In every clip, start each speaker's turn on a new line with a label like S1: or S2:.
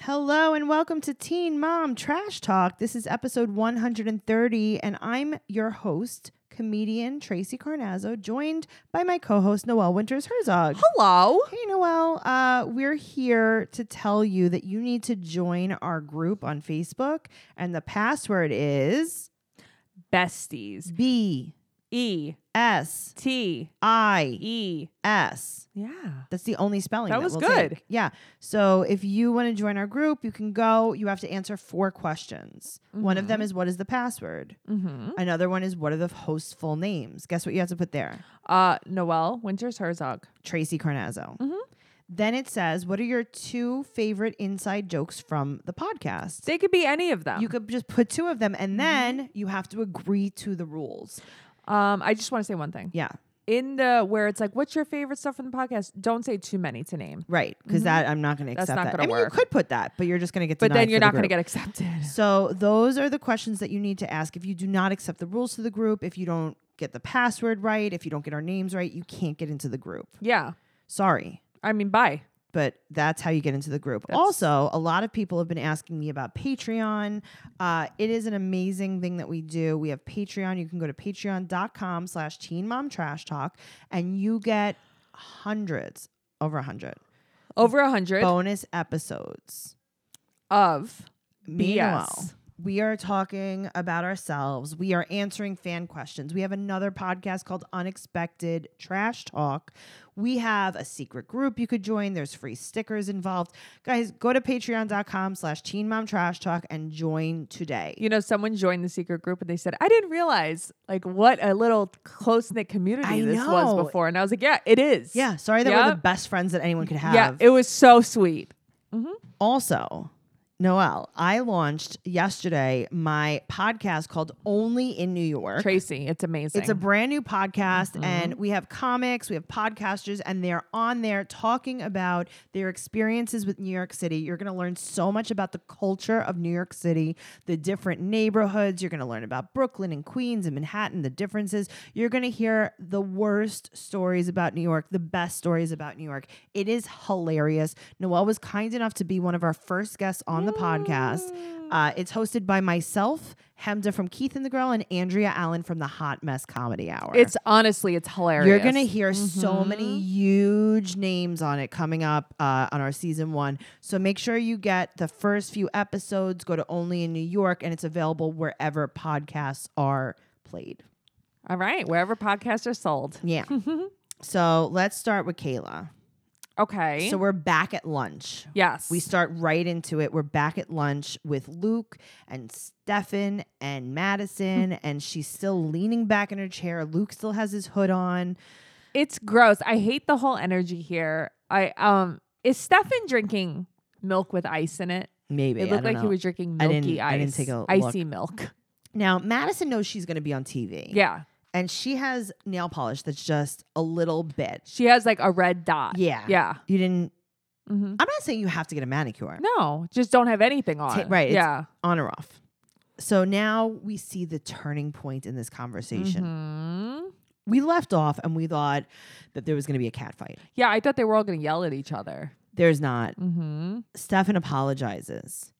S1: Hello and welcome to Teen Mom Trash Talk. This is episode 130, and I'm your host, comedian Tracy Carnazzo, joined by my co host, Noelle Winters Herzog.
S2: Hello.
S1: Hey, Noelle. Uh, we're here to tell you that you need to join our group on Facebook, and the password is
S2: Besties.
S1: B
S2: E
S1: S
S2: T
S1: I
S2: E.
S1: S.
S2: Yeah.
S1: That's the only spelling
S2: That
S1: that,
S2: was
S1: we'll
S2: good.
S1: take. Yeah. So if you want to join our group, you can go. You have to answer four questions. One of them is what is the password.
S2: Mm-hmm.
S1: Another one is what are the host's full names. Guess what you have to put there?
S2: Uh, Noelle Winters Herzog.
S1: Tracy Carnazzo.
S2: Mm-hmm.
S1: Then it says what are your two favorite inside jokes from the podcast.
S2: They could be any of them.
S1: You could just put two of them,
S2: Mm-hmm.
S1: and then you have to agree to the rules.
S2: um, I just want to say one thing.
S1: Yeah.
S2: In the where it's like, what's your favorite stuff from the podcast? Don't say too many to name,
S1: Right, because that I'm not going to
S2: Mm-hmm. That's
S1: accept
S2: not
S1: that.
S2: gonna
S1: I mean,
S2: work.
S1: you could put that, but you're just going to get.
S2: but then
S1: denied
S2: you're
S1: for the
S2: not going to
S1: group.
S2: get accepted.
S1: So those are the questions that you need to ask. If you do not accept the rules to the group, if you don't get the password right, if you don't get our names right, you can't get into the group.
S2: Yeah.
S1: Sorry,
S2: I mean, bye.
S1: but that's how you get into the group.
S2: That's-
S1: also, a lot of people have been asking me about Patreon. Uh, it is an amazing thing that we do. We have Patreon. You can go to patreon.com slash teen mom trash talk and you get hundreds, over a hundred
S2: Over a hundred
S1: bonus episodes.
S2: of
S1: Me and Noel,
S2: BS.
S1: We are talking about ourselves. We are answering fan questions. We have another podcast called Unexpected Trash Talk. We have a secret group you could join. There's free stickers involved. Guys, go to patreon.com slash teen mom trash talk and join today.
S2: you know, someone joined the secret group and they said, I didn't realize like what a little close knit community
S1: I
S2: this
S1: know.
S2: was before. And I was like, yeah, it is.
S1: Yeah, sorry that we're the
S2: Yep.
S1: best friends that anyone could have.
S2: Yeah. It was so sweet.
S1: Also, Noelle, I launched yesterday my podcast called Only in New York.
S2: Tracy, it's amazing.
S1: It's a brand new podcast, and we have comics, we have podcasters, and they're on there talking about their experiences with New York City. You're going to learn so much about the culture of New York City, the different neighborhoods. You're going to learn about Brooklyn and Queens and Manhattan, the differences. You're going to hear the worst stories about New York, the best stories about New York. It is hilarious. Noelle was kind enough to be one of our first guests on the podcast. Uh, it's hosted by myself, Hemda from Keith and the Girl, and Andrea Allen from the Hot Mess Comedy Hour.
S2: It's honestly, it's hilarious. Mm-hmm.
S1: You're going to hear so many huge names on it coming up uh, on our season one. So make sure you get the first few episodes. Go to Only in New York, and it's available wherever podcasts are played.
S2: All right, wherever podcasts are sold.
S1: Yeah. so let's start with Kayla.
S2: Okay.
S1: So we're back at lunch.
S2: yes,
S1: We start right into it. We're back at lunch with Luke and Stefan and Madison, and she's still leaning back in her chair. Luke still has his hood on.
S2: it's gross. I hate the whole energy here. I um is Stefan drinking milk with ice in it?
S1: Maybe
S2: It
S1: I don't
S2: looked like he
S1: know.
S2: was drinking
S1: I
S2: milky
S1: didn't-
S2: ice.
S1: I didn't take a
S2: icy milk.
S1: Now Madison knows she's going to be on TV.
S2: Yeah,
S1: and she has nail polish that's just a little bit.
S2: she has like a red dot.
S1: Uh, Yeah.
S2: yeah.
S1: You didn't.
S2: hmm
S1: I'm not saying you have to get a manicure
S2: No, just don't have anything on.
S1: Ta- right, it's-
S2: Yeah.
S1: on or off. So now we see the turning point in this conversation.
S2: Mhm.
S1: We left off and we thought that there was going to be a cat fight.
S2: Yeah, I thought they were all gonna yell at each other.
S1: There's not.
S2: hmm
S1: Stefan apologizes.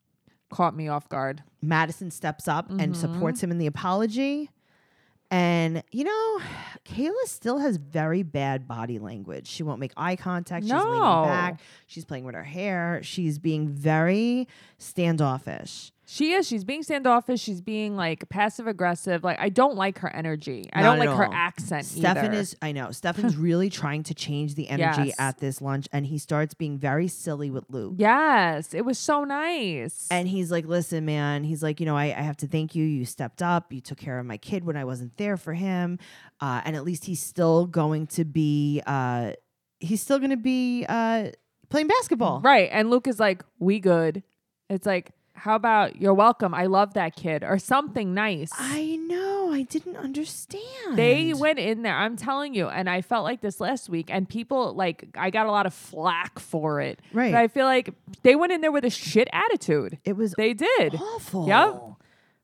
S2: Caught me off guard.
S1: Madison steps up
S2: Mm-hmm.
S1: and supports him in the apology. And you know, Kayla still has very bad body language. She won't make eye contact. She's leaning
S2: No.
S1: back. She's playing with her hair. She's being very standoffish.
S2: She is. She's being standoffish. She's being like passive aggressive. Like I don't like her energy. I
S1: Not
S2: don't like
S1: at
S2: her
S1: all.
S2: accent
S1: Stefan
S2: either.
S1: is, I know, Stefan's really trying to change the energy
S2: Yes.
S1: at this lunch, and he starts being very silly with Luke.
S2: Yes, it was so nice.
S1: And he's like, listen, man, he's like, you know, I, I have to thank you. You stepped up. You took care of my kid when I wasn't there for him. Uh, and at least he's still going to be, uh, he's still going to be uh, playing basketball.
S2: right, and Luke is like, "We good." It's like, "How about you're welcome? I love that kid," or something nice.
S1: I know. I didn't understand.
S2: they went in there. I'm telling you, and I felt like this last week, and people like I got a lot of flack for it.
S1: Right.
S2: But I feel like they went in there with a shit attitude.
S1: It was
S2: They did.
S1: awful.
S2: Yep.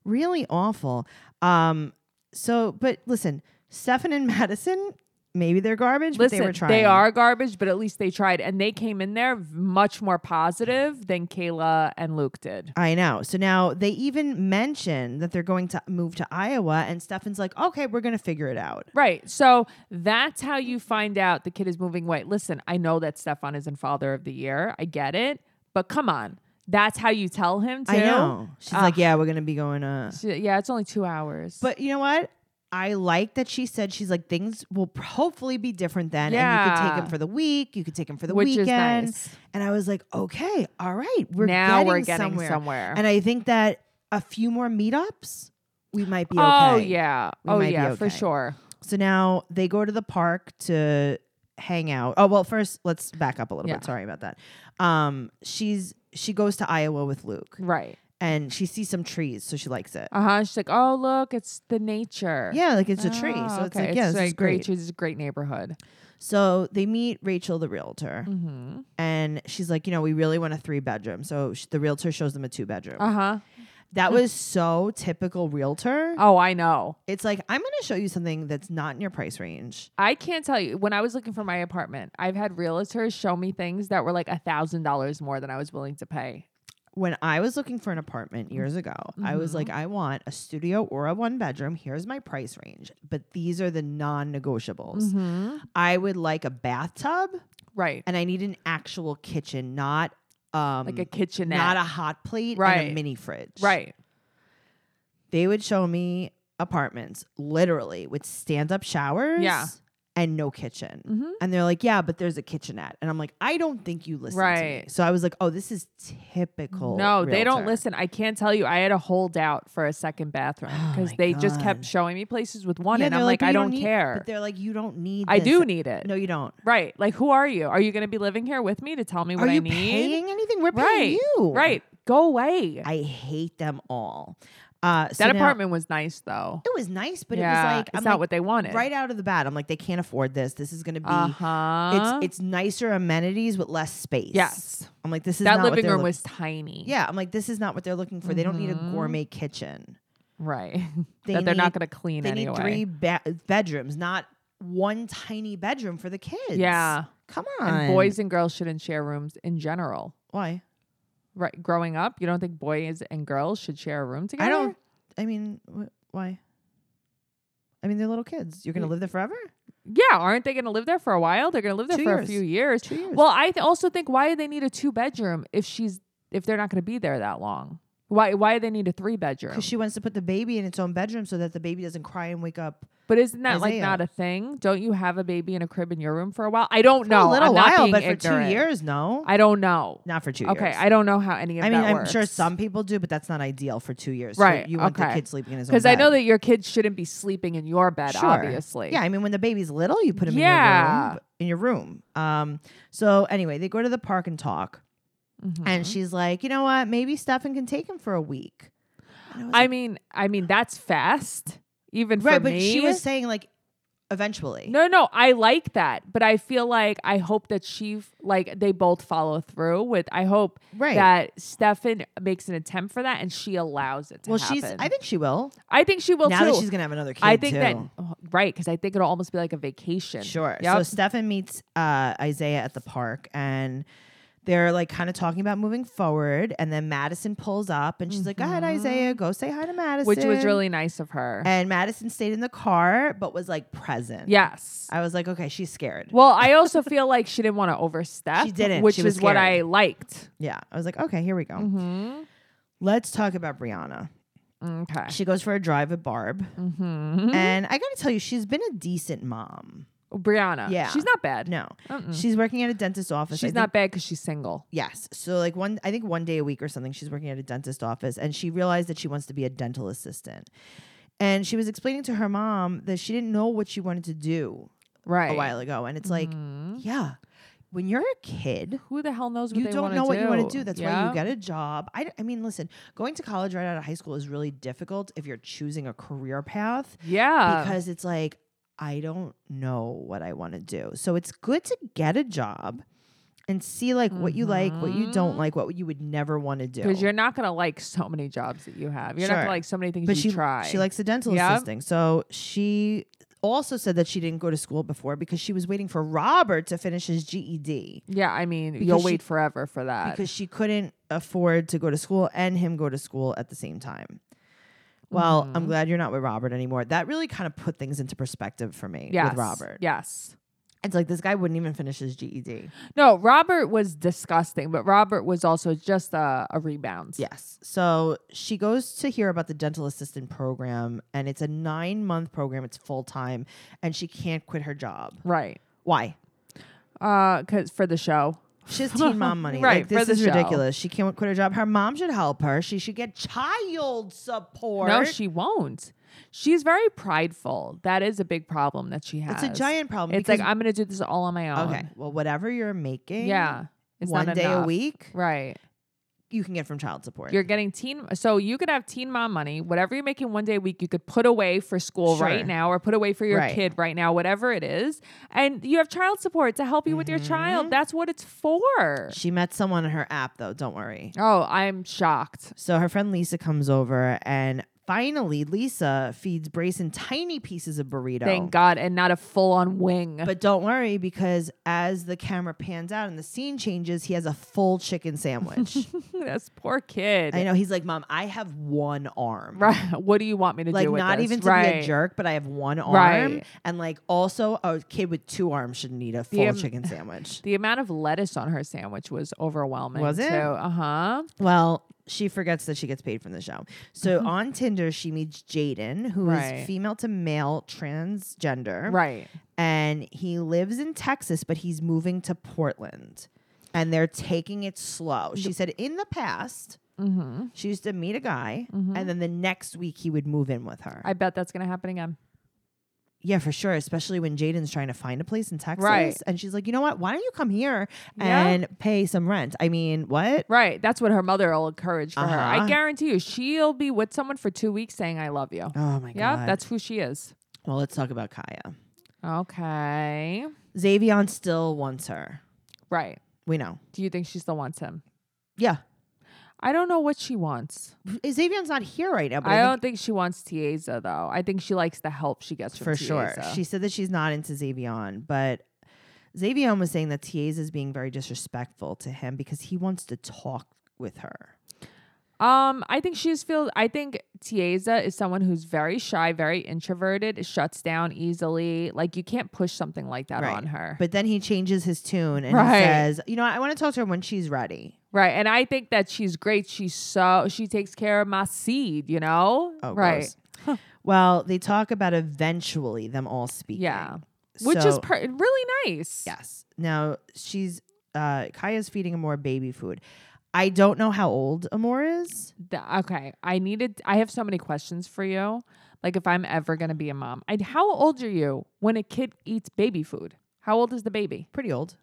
S1: Really awful. Um, so, but listen, Stefan and Madison Maybe they're garbage,
S2: Listen,
S1: but they were trying.
S2: are garbage, but at least they tried, and they came in there v- much more positive than Kayla and Luke did.
S1: I know. So now they even mention that they're going to move to Iowa, and Stefan's like, okay, we're going to figure it out.
S2: Right. So that's how you find out the kid is moving away. Listen, I know that Stefan isn't father of the year. I get it. But come on. That's how you tell him to.
S1: I know. She's
S2: Ah.
S1: like, yeah, we're going to be going to.
S2: So, yeah, it's only two hours.
S1: But you know what? I like that she said she's like things will p- hopefully be different then, and you could
S2: Yeah.
S1: take him for the week, you could take him for the
S2: which
S1: weekend,
S2: is nice.
S1: and I was like, okay, all right, we're
S2: now
S1: getting
S2: we're getting
S1: somewhere.
S2: somewhere.
S1: and I think that a few more meetups, we might be okay.
S2: Oh yeah.
S1: We
S2: oh
S1: might be
S2: yeah, for
S1: okay.
S2: sure.
S1: So now they go to the park to hang out. Oh well, first let's back up a little
S2: Yeah.
S1: bit. Sorry about that. Um, she's she goes to Iowa with Luke,
S2: Right.
S1: and she sees some trees, so she likes it.
S2: Uh huh. She's like, oh look, it's the nature.
S1: Yeah, like it's a tree,
S2: Oh,
S1: so it's
S2: okay.
S1: like yeah, this is
S2: great.
S1: great.
S2: trees, It's a great neighborhood.
S1: So they meet Rachel, the realtor,
S2: Mm-hmm.
S1: and she's like, you know, we really want a three bedroom. So sh- the realtor shows them a two bedroom.
S2: Uh huh.
S1: that was so typical realtor.
S2: Oh, I know.
S1: It's like I'm going to show you something that's not in your price range.
S2: I can't tell you. When I was looking for my apartment, I've had realtors show me things that were like a thousand dollars more than I was willing to pay.
S1: When I was looking for an apartment years ago, I was like,
S2: Mm-hmm.
S1: I want a studio or a one bedroom. Here's my price range, but these are the non negotiables.
S2: Mm-hmm.
S1: I would like a bathtub,
S2: Right.
S1: and I need an actual kitchen, not um,
S2: Like a kitchenette.
S1: not a hot plate, and
S2: Right.
S1: a mini fridge,
S2: right.
S1: they would show me apartments literally with stand up showers
S2: Yeah.
S1: and no kitchen.
S2: Mhm.
S1: And they're like, yeah, but there's a kitchenette. And I'm like, I don't think you listen to me.
S2: Right.
S1: So I was like, oh, this is typical.
S2: No, they don't
S1: realtor.
S2: listen. I can't tell you. I had a holdout for a second bathroom
S1: Oh
S2: because
S1: my
S2: they just kept
S1: God.
S2: showing me places with one,
S1: Yeah,
S2: and
S1: they're
S2: I'm like,
S1: "But
S2: I
S1: you
S2: don't,
S1: need-"
S2: care.
S1: But they're like, you don't need
S2: I
S1: this."
S2: do need it.
S1: No, you don't.
S2: Right. Like, who are you? Are you going to be living here with me to tell me what
S1: Are
S2: I
S1: you
S2: need?
S1: paying anything? We're
S2: right.
S1: paying you.
S2: Right. Go away.
S1: I hate them all. Uh, so
S2: that
S1: now-
S2: apartment was nice though.
S1: it was nice, but
S2: yeah,
S1: it was like,
S2: it's
S1: I'm
S2: not
S1: like,
S2: what they wanted.
S1: right out of the bat, I'm like, they can't afford this. This is going to be
S2: Uh huh.
S1: It's it's nicer amenities with less space.
S2: Yes.
S1: I'm like this is
S2: that
S1: not what
S2: living
S1: they're
S2: room
S1: look-
S2: was tiny.
S1: Yeah, I'm like this is not what they're looking for. They don't need a
S2: Mhm.
S1: gourmet kitchen.
S2: Right.
S1: They
S2: that they're not
S1: need-
S2: going to clean
S1: They
S2: anyway.
S1: need three ba- bedrooms, not one tiny bedroom for the kids.
S2: yeah.
S1: Come on.
S2: And boys and girls shouldn't share rooms in general.
S1: why?
S2: Right. Growing up, you don't think boys and girls should share a room together?
S1: I don't I mean, wh- why? I mean, they're little kids. You're going to
S2: Yeah.
S1: live there forever?
S2: Yeah. Aren't they going to live there for a while? They're going to live there
S1: Two
S2: for a
S1: years.
S2: few years.
S1: 2 years.
S2: Well, I th- also think why do they need a two bedroom if she's if they're not going to be there that long? Why why do they need a three bedroom?
S1: cuz she wants to put the baby in its own bedroom so that the baby doesn't cry and wake up.
S2: but isn't that like
S1: Isaiah.
S2: not a thing? Don't you have a baby in a crib in your room for a while? I don't
S1: For
S2: know.
S1: a little
S2: I'm not
S1: while,
S2: being
S1: but for 2
S2: ignorant.
S1: years, no.
S2: I don't know.
S1: not for 2
S2: Okay,
S1: years.
S2: I don't know how any of
S1: I
S2: that
S1: mean, I'm sure
S2: works.
S1: some people do, but that's not ideal for two years.
S2: Right,
S1: You, you want
S2: okay.
S1: the kid sleeping in his own
S2: because I know
S1: bed.
S2: that your kids shouldn't be sleeping in your bed,
S1: Sure.
S2: obviously.
S1: Yeah, I mean, when the baby's little, you put him
S2: Yeah.
S1: in your room. In your room. Um. So anyway, they go to the park and talk,
S2: Mhm.
S1: and she's like, you know what? Maybe Stefan can take him for a week. And was
S2: I
S1: like,
S2: mean, I mean that's fast, even
S1: right,
S2: for
S1: but
S2: me.
S1: she was saying like, eventually.
S2: no, no, I like that, but I feel like I hope that she f- like they both follow through with. I hope
S1: right.
S2: that Stefan makes an attempt for that and she allows it to
S1: well,
S2: happen.
S1: she's. I think she will.
S2: I think she will
S1: now
S2: too.
S1: that she's gonna have another kid.
S2: I think
S1: too.
S2: that oh, right because I think it'll almost be like a vacation.
S1: Sure. So
S2: Yep.
S1: Stefan meets uh, Isaiah at the park and they're like kind of talking about moving forward. And then Madison pulls up and she's like, Go ahead,
S2: Mhm.
S1: Isaiah, go say hi to Madison.
S2: which was really nice of her.
S1: And Madison stayed in the car but was like present.
S2: yes.
S1: I was like, Okay, she's scared.
S2: Well, I also feel like she didn't want to overstep.
S1: She didn't.
S2: which
S1: She
S2: is
S1: was
S2: what I
S1: scared.
S2: liked.
S1: yeah. I was like, Okay, here we go.
S2: Mm-hmm.
S1: Let's talk about Brianna.
S2: Okay.
S1: She goes for a drive with Barb.
S2: Mm-hmm.
S1: And I got to tell you, she's been a decent mom.
S2: Brianna.
S1: Yeah.
S2: She's not bad.
S1: No,
S2: Mm-mm.
S1: she's working at a dentist's office. I
S2: She's
S1: think
S2: not bad because she's single.
S1: Yes. So like one I think one day a week or something she's working at a dentist office and she realized that she wants to be a dental assistant. And she was explaining to her mom that she didn't know what she wanted to do
S2: Right.
S1: a while ago and it's like,
S2: Mhm.
S1: yeah. When you're a kid,
S2: who the hell knows what
S1: you
S2: they
S1: don't
S2: wanna
S1: know what you want to
S2: do?
S1: do. That's why
S2: Yeah?
S1: you get a job. I, d- I mean, listen, going to college right out of high school is really difficult if you're choosing a career path
S2: Yeah.
S1: because it's like I don't know what I want to do. So it's good to get a job and see like what you like, what you don't
S2: Mhm.
S1: like, what you would never want to do.
S2: because you're not gonna like so many jobs that you have. You're not gonna
S1: Sure.
S2: like so many things
S1: but she
S2: you try.
S1: she likes a dental
S2: Yeah.
S1: assisting. So she also said that she didn't go to school before because she was waiting for Robert to finish his GED
S2: Yeah, I mean, you'll
S1: Because she-
S2: wait forever for that.
S1: because she couldn't afford to go to school and him go to school at the same time. Well,
S2: Mm-hmm.
S1: I'm glad you're not with Robert anymore. That really kind of put things into perspective for me
S2: yes,
S1: with Robert.
S2: Yes.
S1: It's like this guy wouldn't even finish his E GED.
S2: No, Robert was disgusting, but Robert was also just a, a rebound.
S1: Yes. So she goes to hear about the dental assistant program, and it's a nine month program. It's full time, and she can't quit her job.
S2: Right.
S1: Why?
S2: Uh, cause for the show.
S1: She has teen mom money.
S2: Right,
S1: Like, this
S2: for the
S1: is
S2: show.
S1: ridiculous. She can't quit her job. Her mom should help her. She should get child support.
S2: No, she won't. She's very prideful. That is a big problem that she has.
S1: It's a giant problem.
S2: It's like
S1: because-
S2: I'm gonna do this all on my own.
S1: okay. Well, whatever you're making,
S2: Yeah. It's
S1: one
S2: not
S1: day
S2: enough.
S1: a week,
S2: Right.
S1: you can get from child support.
S2: You're getting teen. So you could have teen mom money. Whatever you're making one day a week, you could put away for school
S1: Sure.
S2: right now or put away for your
S1: Right.
S2: kid right now, whatever it is. And you have child support to help you with your
S1: Mm-hmm.
S2: child. That's what it's for.
S1: she met someone in her app, though. Don't worry.
S2: Oh, I'm shocked.
S1: So her friend Lisa comes over, and finally, Lisa feeds Brayson tiny pieces of burrito.
S2: Thank God. And not a full on wing.
S1: But don't worry because as the camera pans out and the scene changes, he has a full chicken sandwich.
S2: this poor kid.
S1: I know he's like, "Mom, I have one arm."
S2: Right. What do you want me to
S1: Like
S2: do with
S1: not
S2: this?
S1: even to
S2: right.
S1: be a jerk, but I have one arm,
S2: Right.
S1: and like also a kid with two arms should need a full
S2: am-
S1: chicken sandwich.
S2: The amount of lettuce on her sandwich was overwhelming.
S1: Was it?
S2: Uh huh.
S1: Well, she forgets that she gets paid from the show. So on Tinder, she meets Jaden, who is
S2: Right.
S1: female to male transgender,
S2: Right.
S1: and he lives in Texas, but he's moving to Portland. And they're taking it slow. She said in the past,
S2: Mm-hmm.
S1: she used to meet a guy, and then the next week he would move in with her.
S2: I bet that's gonna happen again.
S1: yeah, for sure. Especially when Jaden's trying to find a place in Texas.
S2: Right.
S1: And she's like, you know what? Why don't you come here
S2: Yeah.
S1: and pay some rent? I mean, what?
S2: Right. That's what her mother will encourage for her.
S1: Uh-huh.
S2: I guarantee you, she'll be with someone for two weeks saying, I love you.
S1: Oh my
S2: Yeah,
S1: God.
S2: that's who she is.
S1: well, let's talk about Kaya.
S2: Okay.
S1: Xavion still wants her.
S2: Right.
S1: We know.
S2: Do you think she still wants him?
S1: Yeah.
S2: I don't know what she wants.
S1: Xavion's not here right now, but
S2: I
S1: I,
S2: don't
S1: think
S2: think she wants Tiesa though. I think she likes the help she gets from
S1: for sure.
S2: Tiesa.
S1: She said that she's not into Xavion, but Xavion was saying that Tiaz is being very disrespectful to him because he wants to talk with her.
S2: Um, I think she's feel. I think Tiesa is someone who's very shy, very introverted, shuts down easily. Like you can't push something like that
S1: Right.
S2: on her,
S1: But then he changes his tune and he
S2: Right.
S1: says, "You know, I want to talk to her when she's ready."
S2: right? And I think that she's great. She's so she takes care of my seed, you know.
S1: Oh,
S2: right.
S1: gross. Well, they talk about eventually them all speaking.
S2: Yeah, which is
S1: So-
S2: per- really nice.
S1: yes. Now she's uh, Kaya's feeding Amor baby food. I don't know how old Amor is.
S2: Th- okay, I needed. I have so many questions for you. Like if I'm ever gonna be a mom, I, how old are you when a kid eats baby food? How old is the baby?
S1: Pretty old.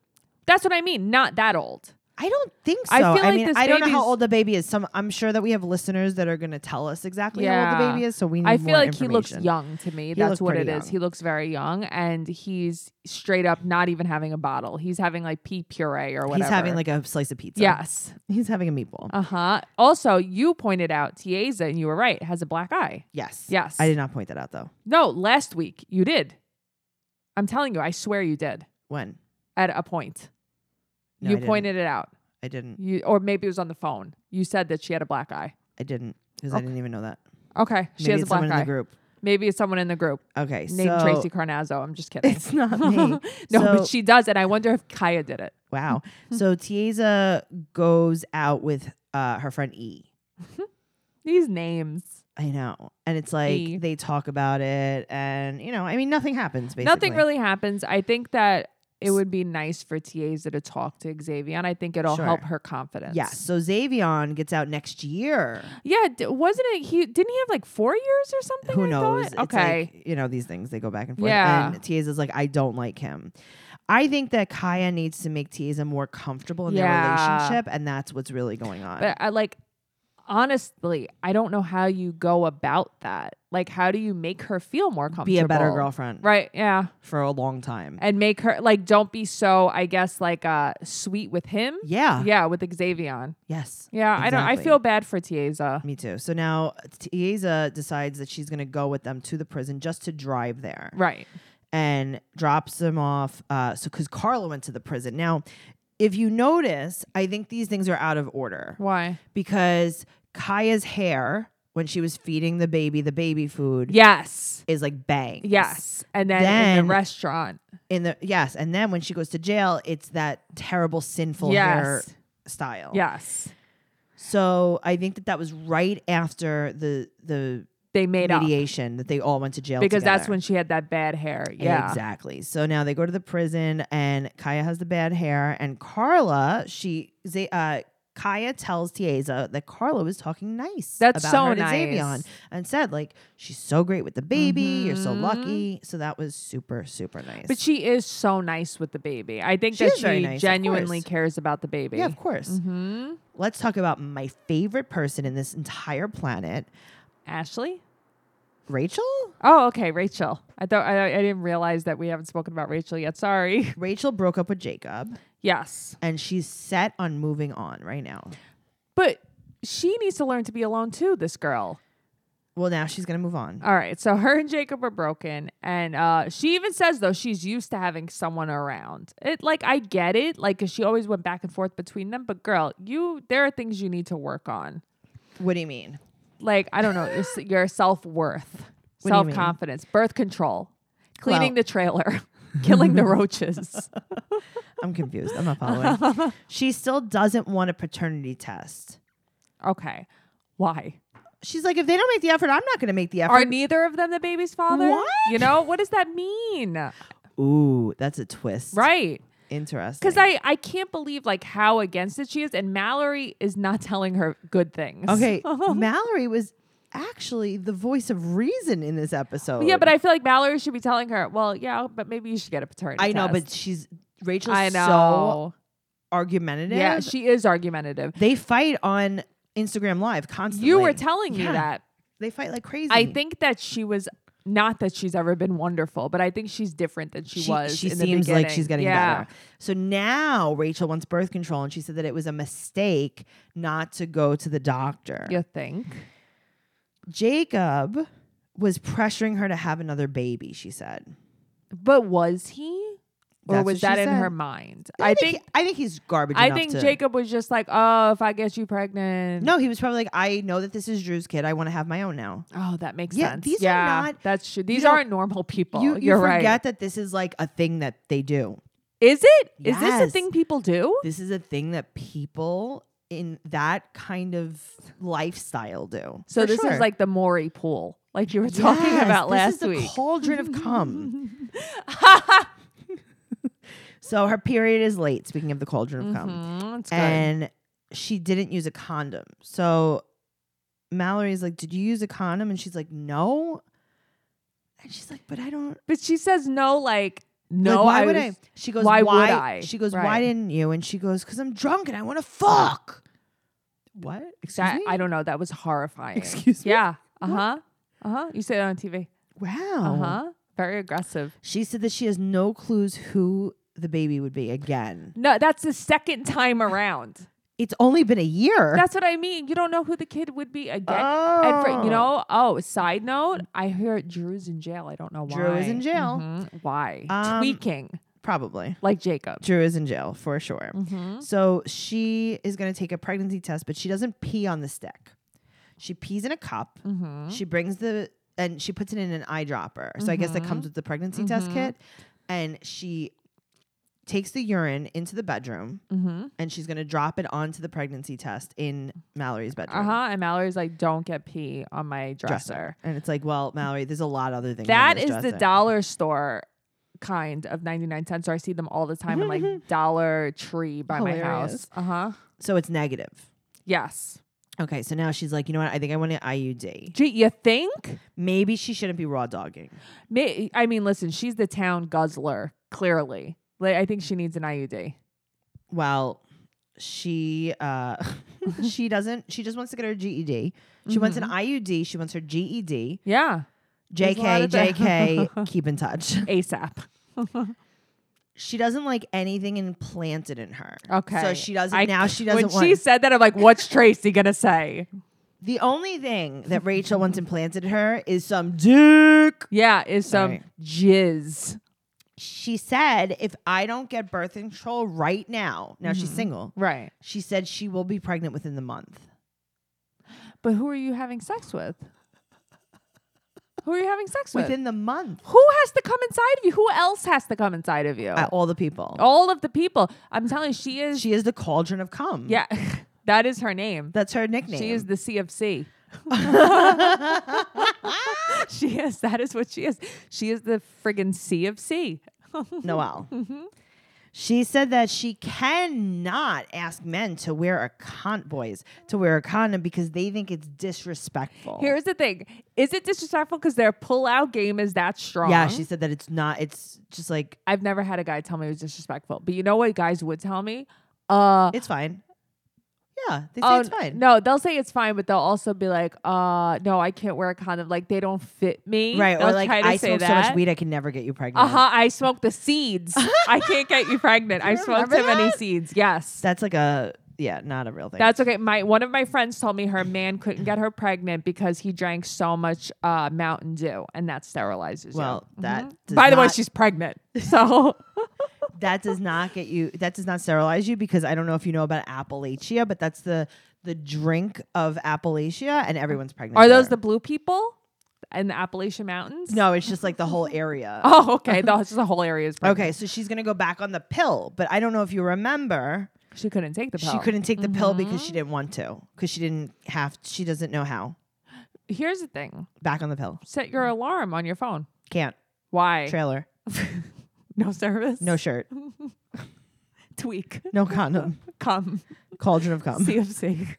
S2: That's what I mean. Not that old.
S1: I don't think so.
S2: I
S1: I,
S2: feel like
S1: mean,
S2: this
S1: I don't know how
S2: baby's-
S1: old the baby is. Some, I'm sure that we have listeners that are going to tell us exactly how old the
S2: Yeah.
S1: baby is. So we need
S2: I feel
S1: more
S2: like he looks
S1: information.
S2: young to me.
S1: He
S2: That's
S1: looked
S2: what it
S1: pretty
S2: is.
S1: young.
S2: He looks very young, and he's straight up not even having a bottle. He's having like pea puree or whatever.
S1: He's having like a slice of pizza.
S2: yes,
S1: He's having a meatball.
S2: uh huh. Also, you pointed out Tiesa, and you were right. Has a black eye.
S1: yes.
S2: Yes.
S1: I did not point that out though.
S2: No, last week you did. I'm telling you, I swear you did.
S1: When?
S2: At a point,
S1: No, I
S2: you
S1: didn't.
S2: pointed it out.
S1: I didn't.
S2: You or maybe it was on the phone. You said that she had a black eye.
S1: I didn't because I
S2: Okay.
S1: didn't even know that.
S2: Okay, she
S1: Maybe
S2: has a
S1: it's
S2: black
S1: someone in
S2: eye.
S1: the group.
S2: Maybe it's someone in the group
S1: Okay. so
S2: named Tracy Carnazzo. I'm just kidding.
S1: It's not me.
S2: no,
S1: So-
S2: but she does, and I wonder if Kaya did it.
S1: Wow. so Tiesa goes out with uh, her friend E.
S2: These names,
S1: I know. And it's like
S2: E.
S1: they talk about it and you know, I mean nothing happens basically.
S2: nothing really happens. I think that it would be nice for Tiesa to talk to Xavier, and I think it'll help
S1: Sure.
S2: her confidence.
S1: Yes. So Xavion gets out next year.
S2: yeah. D- wasn't it? He didn't he have like four years or something?
S1: Who
S2: I
S1: knows?
S2: thought?
S1: It's
S2: okay.
S1: like, you know, these things, they go back and forth.
S2: Yeah.
S1: And Tiesa's like, I don't like him. I think that Kaya needs to make Tiesa more comfortable in
S2: Yeah.
S1: their relationship, and that's what's really going on.
S2: but I uh, like. honestly, I don't know how you go about that. Like, how do you make her feel more comfortable?
S1: Be a better girlfriend
S2: Right. Yeah.
S1: for a long time.
S2: And make her, like, don't be so, I guess, like, uh, sweet with him.
S1: Yeah.
S2: Yeah. With Xavion.
S1: Yes.
S2: Yeah. I don't, I
S1: Exactly.
S2: feel bad for Tiesa.
S1: Me too. So now Tiesa decides that she's going to go with them to the prison just to drive there.
S2: Right.
S1: and drops them off. Uh, so because Carla went to the prison. Now, if you notice, I think these things are out of order
S2: Why?
S1: because Kaya's hair when she was feeding the baby the baby food
S2: Yes.
S1: is like bangs.
S2: Yes. And then, in
S1: Then-
S2: the restaurant.
S1: In the yes, and then when she goes to jail, it's that terrible sinful hair
S2: Yes.
S1: style.
S2: Yes.
S1: So I think that that was right after the the
S2: They made up
S1: mediation that they all went to jail
S2: because that's
S1: together.
S2: when she had that bad hair. Yeah.
S1: Exactly. So now they go to the prison, and Kaya has the bad hair, and Carla, she, they, uh, Kaya tells Tiesa that Carla was talking nice.
S2: That's
S1: about
S2: so
S1: her to
S2: nice.
S1: Xavion and said like she's so great with the baby. You're so
S2: Mhm.
S1: lucky. So that was super super nice.
S2: But she is so nice with the baby. I think
S1: She
S2: that
S1: is
S2: she
S1: very nice, of
S2: genuinely
S1: course.
S2: cares about the baby.
S1: yeah, of course.
S2: hmm
S1: Let's talk about my favorite person in this entire planet,
S2: Ashley?
S1: Rachel.
S2: Oh, okay, Rachel. I thought I, I didn't realize that we haven't spoken about Rachel yet. Sorry.
S1: Rachel broke up with Jacob,
S2: Yes,
S1: and she's set on moving on right now.
S2: but she needs to learn to be alone too. This girl.
S1: Well, now she's gonna move on.
S2: All right. So her and Jacob are broken, and uh, she even says though she's used to having someone around. It like I get it, like 'cause she always went back and forth between them. But girl, you there are things you need to work on.
S1: What do you mean?
S2: like I don't know your, s- your self worth,
S1: What do you
S2: self
S1: mean?
S2: confidence, birth control, cleaning
S1: Well-
S2: the trailer, killing the roaches.
S1: I'm confused. I'm not following. she still doesn't want a paternity test.
S2: Okay, why
S1: She's like, if they don't make the effort, I'm not going to make the effort.
S2: are neither of them the baby's father?
S1: What?
S2: You know what does that mean?
S1: Ooh, that's a twist.
S2: Right?
S1: Interesting.
S2: Because I I can't believe like how against it she is, and Mallory is not telling her good things.
S1: okay,
S2: Uh-huh.
S1: Mallory was actually the voice of reason in this episode.
S2: Yeah, but I feel like Mallory should be telling her, well, yeah, but maybe you should get a paternity.
S1: I know, but
S2: test."
S1: she's Rachel's
S2: I
S1: so
S2: know.
S1: argumentative.
S2: yeah, she is argumentative.
S1: they fight on Instagram Live constantly.
S2: You were telling me
S1: Yeah.
S2: that
S1: they fight like crazy.
S2: I think that she was not that she's ever been wonderful, but I think she's different than she, was.
S1: She
S2: in the
S1: seems like she's
S2: beginning.
S1: getting
S2: Yeah.
S1: better. So now Rachel wants birth control, and she said that it was a mistake not to go to the doctor.
S2: You think?
S1: Jacob was pressuring her to have another baby. She said,
S2: But was he? Or
S1: That's
S2: was
S1: what she
S2: that in
S1: said.
S2: her mind? I think
S1: he- I think he's garbage.
S2: I
S1: enough
S2: think
S1: to-
S2: Jacob was just like, oh, if I get you pregnant,
S1: No, he was probably like, I know that this is Drew's kid. I want to have my own now.
S2: Oh, that makes
S1: Yeah,
S2: sense.
S1: these are
S2: yeah,
S1: not-
S2: that's true. These
S1: don't-
S2: aren't normal people.
S1: You,
S2: are
S1: you forget
S2: right.
S1: that this is like a thing that they do.
S2: Is it? Is this a
S1: Yes.
S2: thing people do?
S1: This is a thing that people in that kind of lifestyle do.
S2: So
S1: For
S2: this
S1: sure.
S2: is like the Maury pool, like you were talking
S1: Yes,
S2: about
S1: this
S2: last
S1: is the
S2: week. Mm-hmm.
S1: Cauldron of cum. so her period is late. Speaking of the cauldron of cum,
S2: Mhm, it's good.
S1: and she didn't use a condom. So Mallory's like, "Did you use a condom?" And she's like, "No." And she's like, "But I don't."
S2: But she says no,
S1: like,
S2: like no.
S1: why would
S2: was-
S1: I? She goes,
S2: why
S1: "Why
S2: would I?"
S1: She goes,
S2: Right.
S1: "Why didn't you?" And she goes, "Cause I'm drunk and I want to fuck." What? Excuse
S2: That,
S1: me.
S2: I don't know. That was horrifying.
S1: Excuse me?
S2: Yeah. Uh huh. Uh huh. You said it on TV.
S1: Wow.
S2: Uh huh. Very aggressive.
S1: She said that she has no clues who the baby would be again.
S2: No, that's the second time around.
S1: It's only been a year.
S2: That's what I mean. You don't know who the kid would be again.
S1: oh.
S2: And for, you know, oh, side note, I hear Drew's in jail. I don't know why.
S1: Drew is in jail.
S2: Mhm. Why?
S1: Um,
S2: Tweaking
S1: probably.
S2: like Jacob.
S1: Drew is in jail for sure.
S2: Mm-hmm.
S1: So she is going to take a pregnancy test, but she doesn't pee on the stick. She pees in a cup.
S2: Mm-hmm.
S1: She brings the and she puts it in an eyedropper. So I guess that comes with the pregnancy test
S2: Mhm.
S1: kit. And she takes the urine into the bedroom
S2: Mm-hmm.
S1: and she's going to drop it onto the pregnancy test in Mallory's bedroom.
S2: Uh huh. And Mallory's like, don't get pee on my dresser.
S1: Dresser. And it's like, well, Mallory, there's a lot other things.
S2: That
S1: on this
S2: is the
S1: dresser.
S2: dollar store kind of 99 cents. So I see them all the time in like Dollar Tree by my house.
S1: Hilarious.
S2: Uh huh.
S1: So it's negative.
S2: Yes.
S1: Okay, so now she's like, you know what? I think I want an IUD.
S2: Gee, you think?
S1: Maybe she shouldn't be raw dogging.
S2: May- I mean, listen, she's the town guzzler, clearly. Like, I think she needs an IUD.
S1: Well, she uh she doesn't. She just wants to get her GED. She
S2: Mm-hmm.
S1: wants an IUD. She wants her E GED.
S2: Yeah. There's a lot
S1: JK,
S2: of that.
S1: JK, keep in touch.
S2: ASAP.
S1: She doesn't like anything implanted in her.
S2: Okay.
S1: So she doesn't
S2: I-
S1: now she doesn't
S2: When
S1: want
S2: she said that, I'm like, what's Tracy gonna say?
S1: the only thing that Rachel once implanted in her is some dick.
S2: Yeah, is some
S1: Right.
S2: jizz.
S1: She said, if I don't get birth control right now, now
S2: Mm-hmm.
S1: she's single.
S2: Right.
S1: She said she will be pregnant within the month.
S2: But who are you having sex with? who are you having sex with?
S1: Within the month.
S2: who has to come inside of you? Who else has to come inside of you?
S1: Uh, all the people.
S2: All of the people. I'm telling you, she is.
S1: She is the cauldron of cum.
S2: yeah, that is her name.
S1: That's her nickname.
S2: She is the CFC. she is. That is what she is. She is the friggin' C of C.
S1: Noelle.
S2: Mm-hmm.
S1: She said that she cannot ask men to wear a con boys to wear a condom because they think it's disrespectful.
S2: Here's the thing: is it disrespectful because their pull-out game is that strong?
S1: yeah, she said that it's not. It's just like
S2: I've never had a guy tell me it was disrespectful, but you know what? Guys would tell me. Uh,
S1: it's fine. Yeah, they say
S2: oh,
S1: it's fine.
S2: No, they'll say it's fine, but they'll also be like, "Uh, no, I can't wear a condom. Like they don't fit me."
S1: right?
S2: They'll
S1: Or like
S2: try to
S1: I
S2: say
S1: smoke
S2: that.
S1: so much weed, I can never get you pregnant.
S2: Uh huh. I smoked the seeds. I can't get you pregnant. I smoked
S1: remember
S2: too many
S1: that?
S2: seeds. Yes.
S1: That's like a yeah, not a real thing.
S2: That's okay. My one of my friends told me her man couldn't get her pregnant because he drank so much uh, Mountain Dew, and that sterilizes you.
S1: well, that uh, does
S2: Mm-hmm. By the way,
S1: not-
S2: she's pregnant. So
S1: that does not get you that does not sterilize you because I don't know if you know about Appalachia, but that's the the drink of Appalachia and everyone's pregnant.
S2: are those
S1: there.
S2: the blue people in the Appalachian Mountains?
S1: No, it's just like the whole area.
S2: Oh, okay. No, it's just the whole area is pregnant.
S1: Okay, so she's gonna go back on the pill, but I don't know if you remember,
S2: She couldn't take the pill. Mm-hmm.
S1: she couldn't take the pill because she didn't want to, because she didn't have, she doesn't know how.
S2: Here's the thing:
S1: Back on the pill,
S2: set your alarm on your phone.
S1: can't.
S2: Why?
S1: Trailer,
S2: no service.
S1: no shirt,
S2: tweak.
S1: no condom,
S2: Come.
S1: cauldron of cum.
S2: CFC.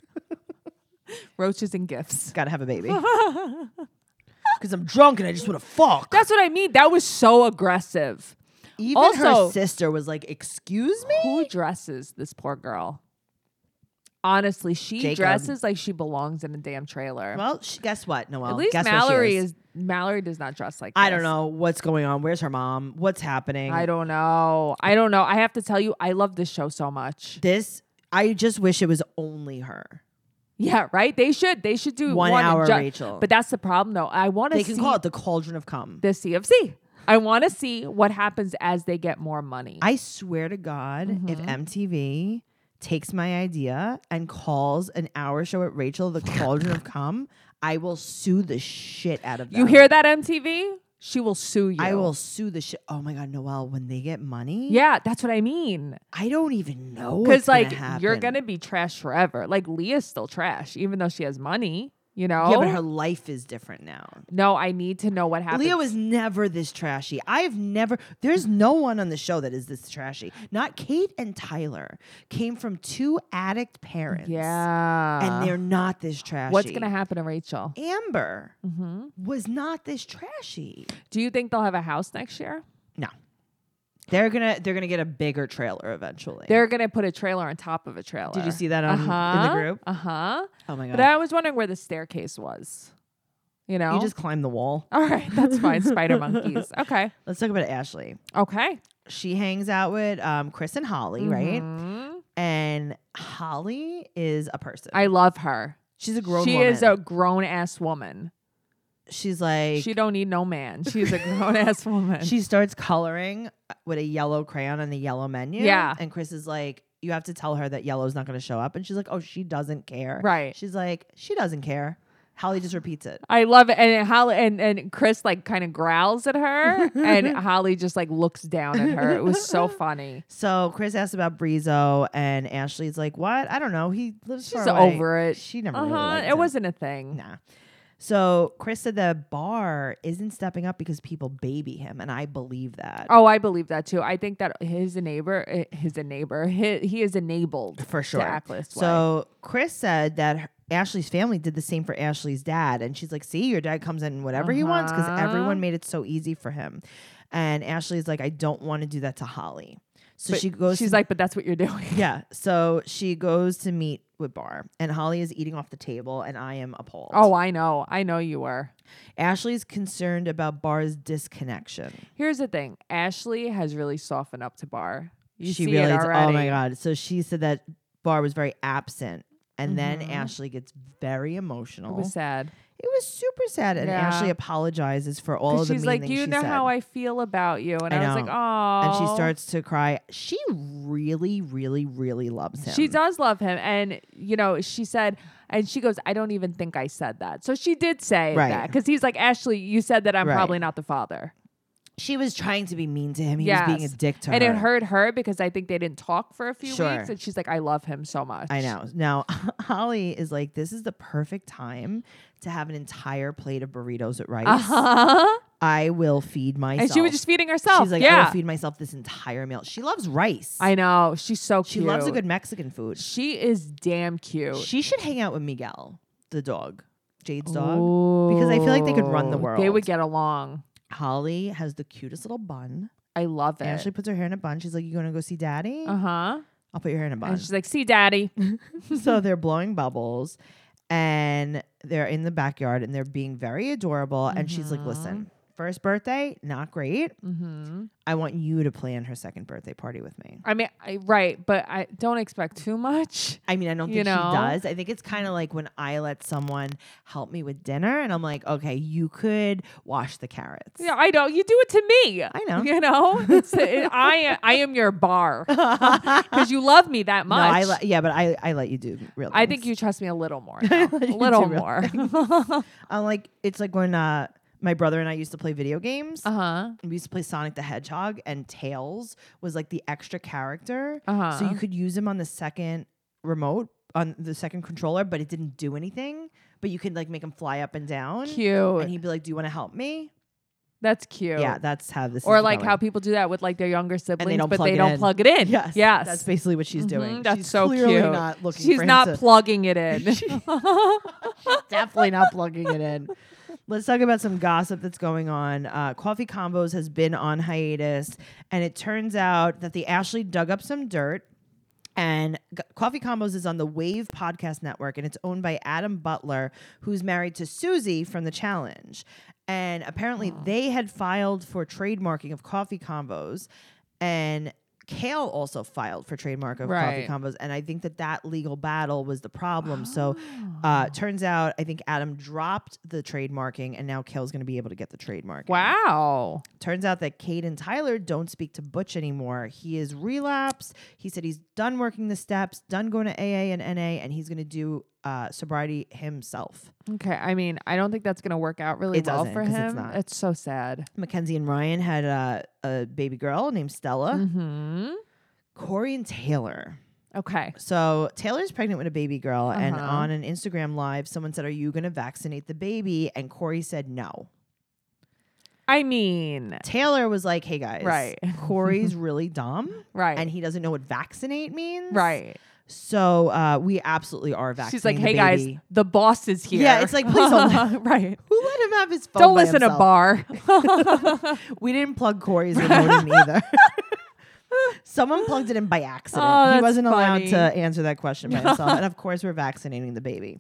S2: Roaches and gifts.
S1: Gotta have a baby. Because I'm drunk and I just want to fuck.
S2: That's what I mean. That was so aggressive.
S1: Even
S2: also-
S1: her sister was like, "Excuse me."
S2: Who dresses this poor girl? Honestly, she
S1: Jacob.
S2: dresses like she belongs in a damn trailer.
S1: Well, sh- guess what, Noelle?
S2: At least
S1: guess where she
S2: Mallory is. Mallory does not dress like
S1: I don't
S2: this.
S1: know what's going on. Where's her mom? What's happening?
S2: I don't know. I don't know. I have to tell you, I love this show so much.
S1: This. I just wish it was only her.
S2: Yeah, right. They should. They should do
S1: One
S2: one, and
S1: hour
S2: ju-
S1: Rachel.
S2: But that's the problem, though. I want to
S1: They
S2: see
S1: can call it the cauldron of cum.
S2: the CFC. I want to see what happens as they get more money.
S1: I swear to God, if
S2: Mm-hmm.
S1: MTV takes my idea and calls an hour show at Rachel the Cauldron of Cum, I will sue the shit out of them.
S2: you hear that, MTV? She will sue you.
S1: I will sue the shit. Oh my God, Noelle, when they get money,
S2: Yeah, that's what I mean.
S1: I don't even know.
S2: Because
S1: Because
S2: like you're gonna be trash forever. Like Leah's still trash, even though she has money. You know.
S1: yeah, but her life is different now.
S2: no, I need to know what happens.
S1: Leah was never this trashy. I've never, there's no one on the show that is this trashy. Not Kate and Tyler came from two addict parents.
S2: Yeah.
S1: And they're not this trashy.
S2: What's gonna happen to Rachel? Mm-hmm.
S1: Amber was not this trashy.
S2: Do you think they'll have a house next year?
S1: No. They're gonna they're gonna get a bigger trailer eventually.
S2: They're gonna put a trailer on top of a trailer.
S1: Did you see that on, in the group?
S2: Uh huh.
S1: Oh my
S2: But I was wondering where the staircase was. You know.
S1: You just climbed the wall.
S2: All right, that's fine. Spider monkeys. Okay.
S1: Let's talk about Ashley.
S2: Okay.
S1: She hangs out with um, Chris and Holly, right?
S2: Mhm.
S1: And Holly is a person.
S2: I love her.
S1: She's a grown
S2: she
S1: woman.
S2: is a grown ass woman.
S1: She's like
S2: She
S1: she,
S2: don't need no man. She's a grown ass woman.
S1: starts coloring uh, with a yellow crayon on the yellow menu.
S2: Yeah.
S1: And Chris is like, you have to tell her that yellow's not gonna show up. And she's like, oh, she doesn't care.
S2: Right.
S1: She's like, she doesn't care. Holly just repeats it.
S2: I love it. And Holly and, and Chris like kind of growls at her and Holly just like looks down at her. It was so funny.
S1: So Chris asked about Brizo, and Ashley's like, "What? I don't know. He lives
S2: She's
S1: far away."
S2: over it.
S1: She never
S2: Uh
S1: really
S2: huh.
S1: liked
S2: It
S1: him.
S2: wasn't a thing.
S1: nah. So Chris said the bar isn't stepping up because people baby him, and I believe that
S2: Oh, I believe that too. I think that his neighbor, eh, his a neighbor, he, he is enabled
S1: for
S2: to
S1: sure.
S2: act this way.
S1: So Chris said that her- Ashley's family did the same for Ashley's dad, and she's like, "See, your dad comes in whatever he wants because
S2: Uh-huh.
S1: everyone made it so easy for him." And Ashley's like, "I don't want to do that to Holly." So
S2: But
S1: she goes.
S2: She's
S1: to-
S2: like, but that's what you're doing.
S1: Yeah. So she goes to meet with Bar, and Holly is eating off the table, and I am appalled.
S2: Oh, I know. I know you were.
S1: Ashley's concerned about Bar's disconnection.
S2: Here's the thing Ashley has really softened up to Bar. You
S1: she
S2: see
S1: really,
S2: it
S1: is-
S2: already.
S1: oh my god. So she said that Bar was very absent, and then
S2: Mhm.
S1: Ashley gets very emotional.
S2: It was sad.
S1: It was super sad, and
S2: Yeah.
S1: Ashley apologizes for all of
S2: Because
S1: the
S2: she's
S1: mean
S2: like,
S1: things
S2: you
S1: she
S2: know
S1: said.
S2: how I feel about you. And
S1: I
S2: I, was like,
S1: know.
S2: oh.
S1: and she starts to cry. She really, really, really loves him.
S2: She does love him. And, you know, she said, and she goes, I don't even think I said that. So she did say
S1: Right.
S2: that. Because he's like, Ashley, you said that I'm
S1: Right.
S2: probably not the father.
S1: She was trying to be mean to him. He was being
S2: Yes.
S1: a dick to
S2: And
S1: her.
S2: it hurt her because I think they didn't talk for a few
S1: Sure.
S2: weeks. And she's like, I love him so much.
S1: I know. Now, Holly is like, this is the perfect time to have an entire plate of burritos at rice.
S2: Uh huh.
S1: I will feed myself.
S2: And she was just feeding herself.
S1: She's like, I
S2: yeah.
S1: will feed myself this entire meal. She loves rice.
S2: I know. She's so
S1: she
S2: cute.
S1: loves a good Mexican food.
S2: She is damn cute.
S1: She should hang out with Miguel, the dog, Jade's dog. because I feel like they could run the
S2: Ooh, They
S1: world.
S2: would get along.
S1: Holly has the cutest little bun.
S2: I love it.
S1: Ashley puts her hair in a bun. She's like, "You gonna go see Daddy?
S2: Uh huh.
S1: I'll put your hair in a bun."
S2: And she's like, see, daddy.
S1: so they're blowing bubbles and they're in the backyard and they're being very adorable. And she's like,
S2: Mhm.
S1: listen, first birthday, not great.
S2: hmm
S1: I want you to plan her second birthday party with me.
S2: I mean, I, right, but I don't expect too much.
S1: I mean, I don't
S2: You
S1: think
S2: know?
S1: she does. I think it's kind of like when I let someone help me with dinner and I'm like, okay, you could wash the carrots.
S2: Yeah, I know. You do it to me.
S1: I know.
S2: You know, it's, it, I am. I am your bar because you love me that
S1: No,
S2: much.
S1: I le- yeah, but I, I let you do real
S2: I
S1: things.
S2: think you trust me a little more. Now.
S1: let you
S2: a
S1: do
S2: little
S1: real
S2: more.
S1: things.
S2: uh
S1: I'm like, it's like when uh, my brother and I used to play video games.
S2: huh.
S1: we used to play Sonic the Hedgehog, and Tails was like the extra character.
S2: Uh-huh.
S1: So you could use him on the second remote, on the second controller, but it didn't do anything. But you could like make him fly up and down. And
S2: Cute.
S1: he'd be like, Do you want to help me?
S2: That's cute.
S1: Yeah, that's how this
S2: Or
S1: is
S2: like how
S1: going.
S2: people do that with like their younger siblings,
S1: don't
S2: but
S1: plug
S2: they
S1: it
S2: don't
S1: in.
S2: plug it in.
S1: Yes.
S2: Yes.
S1: That's basically what she's doing.
S2: Mhm, That's
S1: she's
S2: so
S1: clearly
S2: cute.
S1: not looking
S2: She's
S1: for him
S2: not
S1: to-
S2: plugging it in.
S1: definitely not plugging it in. Let's talk about some gossip that's going on. Uh, Coffee Combos has been on hiatus, and it turns out that the Ashley dug up some dirt. And G- Coffee Combos is on the Wave Podcast Network, and it's owned by Adam Butler, who's married to Susie from The Challenge. And apparently, they had filed for trademarking of Coffee Combos, and Kale also filed for trademark of
S2: Right.
S1: Coffee Combos. And I think that that legal battle was the problem. So
S2: Oh.
S1: uh, turns out, I think Adam dropped the trademarking, and now Kale's going to be able to get the trademark.
S2: wow.
S1: Turns out that Cade and Tyler don't speak to Butch anymore. He is relapsed. He said he's done working the steps, done going to AA and NA, and he's going to do uh, sobriety himself.
S2: Okay, I mean, I don't think that's gonna work out really
S1: It
S2: well
S1: doesn't,
S2: for
S1: 'cause
S2: him.
S1: it's not.
S2: so sad.
S1: Mackenzie and Ryan had uh, a baby girl named Stella, Mm-hmm.
S2: hmm
S1: Corey and Taylor.
S2: Okay.
S1: So Taylor's pregnant with a baby girl, and
S2: Uh-huh.
S1: on an Instagram live, someone said, "Are you going to vaccinate the baby?" And Corey said, "No."
S2: I mean,
S1: Taylor was like, "Hey guys,
S2: Right.
S1: Corey's really dumb,
S2: right,
S1: and he doesn't know what vaccinate means,
S2: right.
S1: So uh, we absolutely are vaccinating.
S2: She's like,
S1: the
S2: hey guys,
S1: baby."
S2: the boss is here.
S1: Yeah, it's like, please don't let-
S2: right.
S1: who let him have his phone?
S2: Don't
S1: by
S2: listen to
S1: himself?
S2: Bar.
S1: We didn't plug Corey's remote in either. Someone plugged it in by accident.
S2: Oh,
S1: he
S2: that's
S1: wasn't allowed
S2: funny.
S1: to answer that question by himself. and of course, we're vaccinating the baby.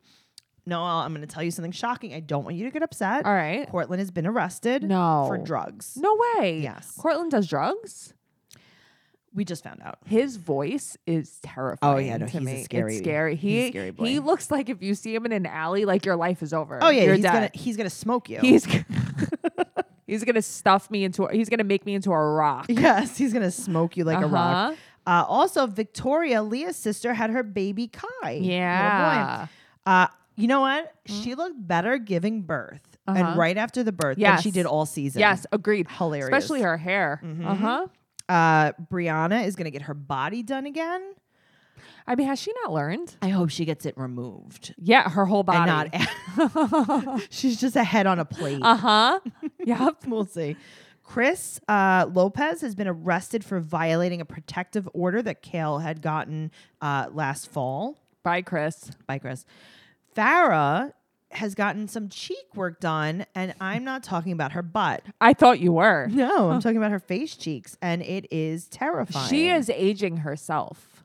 S1: Noel, I'm going to tell you something shocking. I don't want you to get upset.
S2: All right.
S1: Cortland has been arrested
S2: No.
S1: for drugs.
S2: No way.
S1: Yes.
S2: Cortland does drugs.
S1: We just found out.
S2: His voice is terrifying.
S1: Oh, no,
S2: to
S1: he's a
S2: me.
S1: scary-
S2: It's scary.
S1: he's a
S2: He
S1: scary boy.
S2: he looks like if you see him in an alley, like your life is over.
S1: Oh yeah,
S2: You're
S1: he's
S2: dead.
S1: gonna he's gonna smoke you.
S2: He's g- he's gonna stuff me into. A, he's gonna make me into a rock.
S1: yes, he's gonna smoke you like a rock.
S2: Uh-huh.
S1: Uh, also, Victoria, Leah's sister, had her baby Kai. little boy.
S2: Yeah.
S1: Uh, you know what? She looked better giving birth and
S2: Uh-huh.
S1: right after the birth than she
S2: Yes.
S1: did all season.
S2: Yes. Agreed.
S1: Hilarious. Mm-hmm.
S2: Especially her hair. Uh huh.
S1: Uh, Brianna is going to get her body done again.
S2: I mean, has she not learned?
S1: I hope she gets it removed.
S2: Yeah, her whole body.
S1: And not. She's just a Uh-huh. head on a plate.
S2: uh huh. yep.
S1: we'll see. Chris uh, Lopez has been arrested for violating a protective order that Kale had gotten uh, last fall.
S2: Bye, Chris.
S1: Bye, Chris. Farah has gotten some cheek work done, and I'm not talking about her butt. Oh.
S2: I thought you were.
S1: No, I'm talking about her face cheeks, and it is terrifying.
S2: She is aging herself.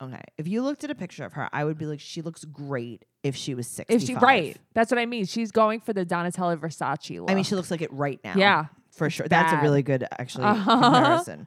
S1: Okay. If you looked at a picture of her, I would be like, she looks great if she was 65.
S2: If she right, that's what I mean. She's going for the Donatella Versace look.
S1: I mean, she looks like it right now.
S2: yeah.
S1: For sure. That's a
S2: bad.
S1: really good, actually,
S2: Uh-huh.
S1: comparison.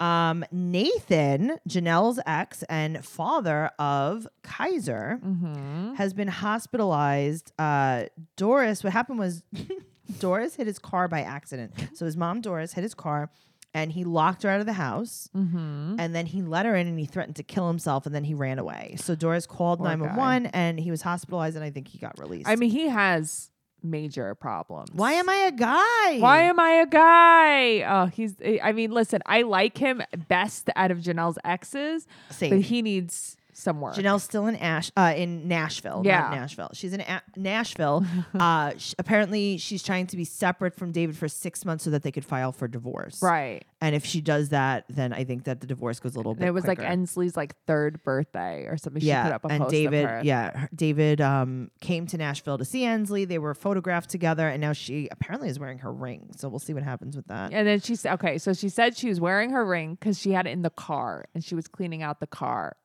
S1: Um, Nathan, Janelle's ex and father of Kaiser,
S2: Mm-hmm.
S1: has been hospitalized. Uh, Doris, what happened was Doris hit his car by accident. So his mom, Doris, hit his car and he locked her out of the house.
S2: Mm-hmm.
S1: And then he let her in and he threatened to kill himself and then he ran away. So Doris called
S2: Poor guy.
S1: 911 and he was hospitalized and I think he got released.
S2: I mean, he has major problems.
S1: why am I a guy?
S2: Why am I a guy? Oh, he's. I mean, listen, I like him best out of Janelle's exes, but
S1: Same.
S2: he needs some work.
S1: Janelle's still in Ash uh, in Nashville,
S2: Yeah.
S1: not Nashville. She's in a- Nashville. uh, sh- apparently, she's trying to be separate from David for six months so that they could file for divorce.
S2: right.
S1: And if she does that, then I think that the divorce goes a little
S2: And
S1: bit.
S2: it was like
S1: quicker.
S2: Ensley's like third birthday or something.
S1: yeah,
S2: she put up a
S1: and
S2: post
S1: David,
S2: of her.
S1: yeah, her- David um, came to Nashville to see Ensley. They were photographed together, and now she apparently is wearing her ring. So we'll see what happens with that.
S2: And then she said, okay, so she said she was wearing her ring because she had it in the car and she was cleaning out the car.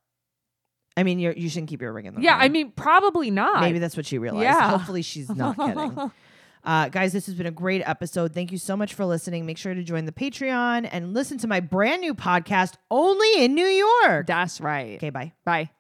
S1: I mean, you're, you shouldn't keep your ring in the
S2: Yeah,
S1: car.
S2: I mean, probably not.
S1: maybe that's what she realized.
S2: Yeah.
S1: Hopefully, she's not kidding. Uh, guys, this has been a great episode. Thank you so much for listening. Make sure to join the Patreon and listen to my brand new podcast, Only in New York.
S2: that's right.
S1: Okay, bye.
S2: Bye.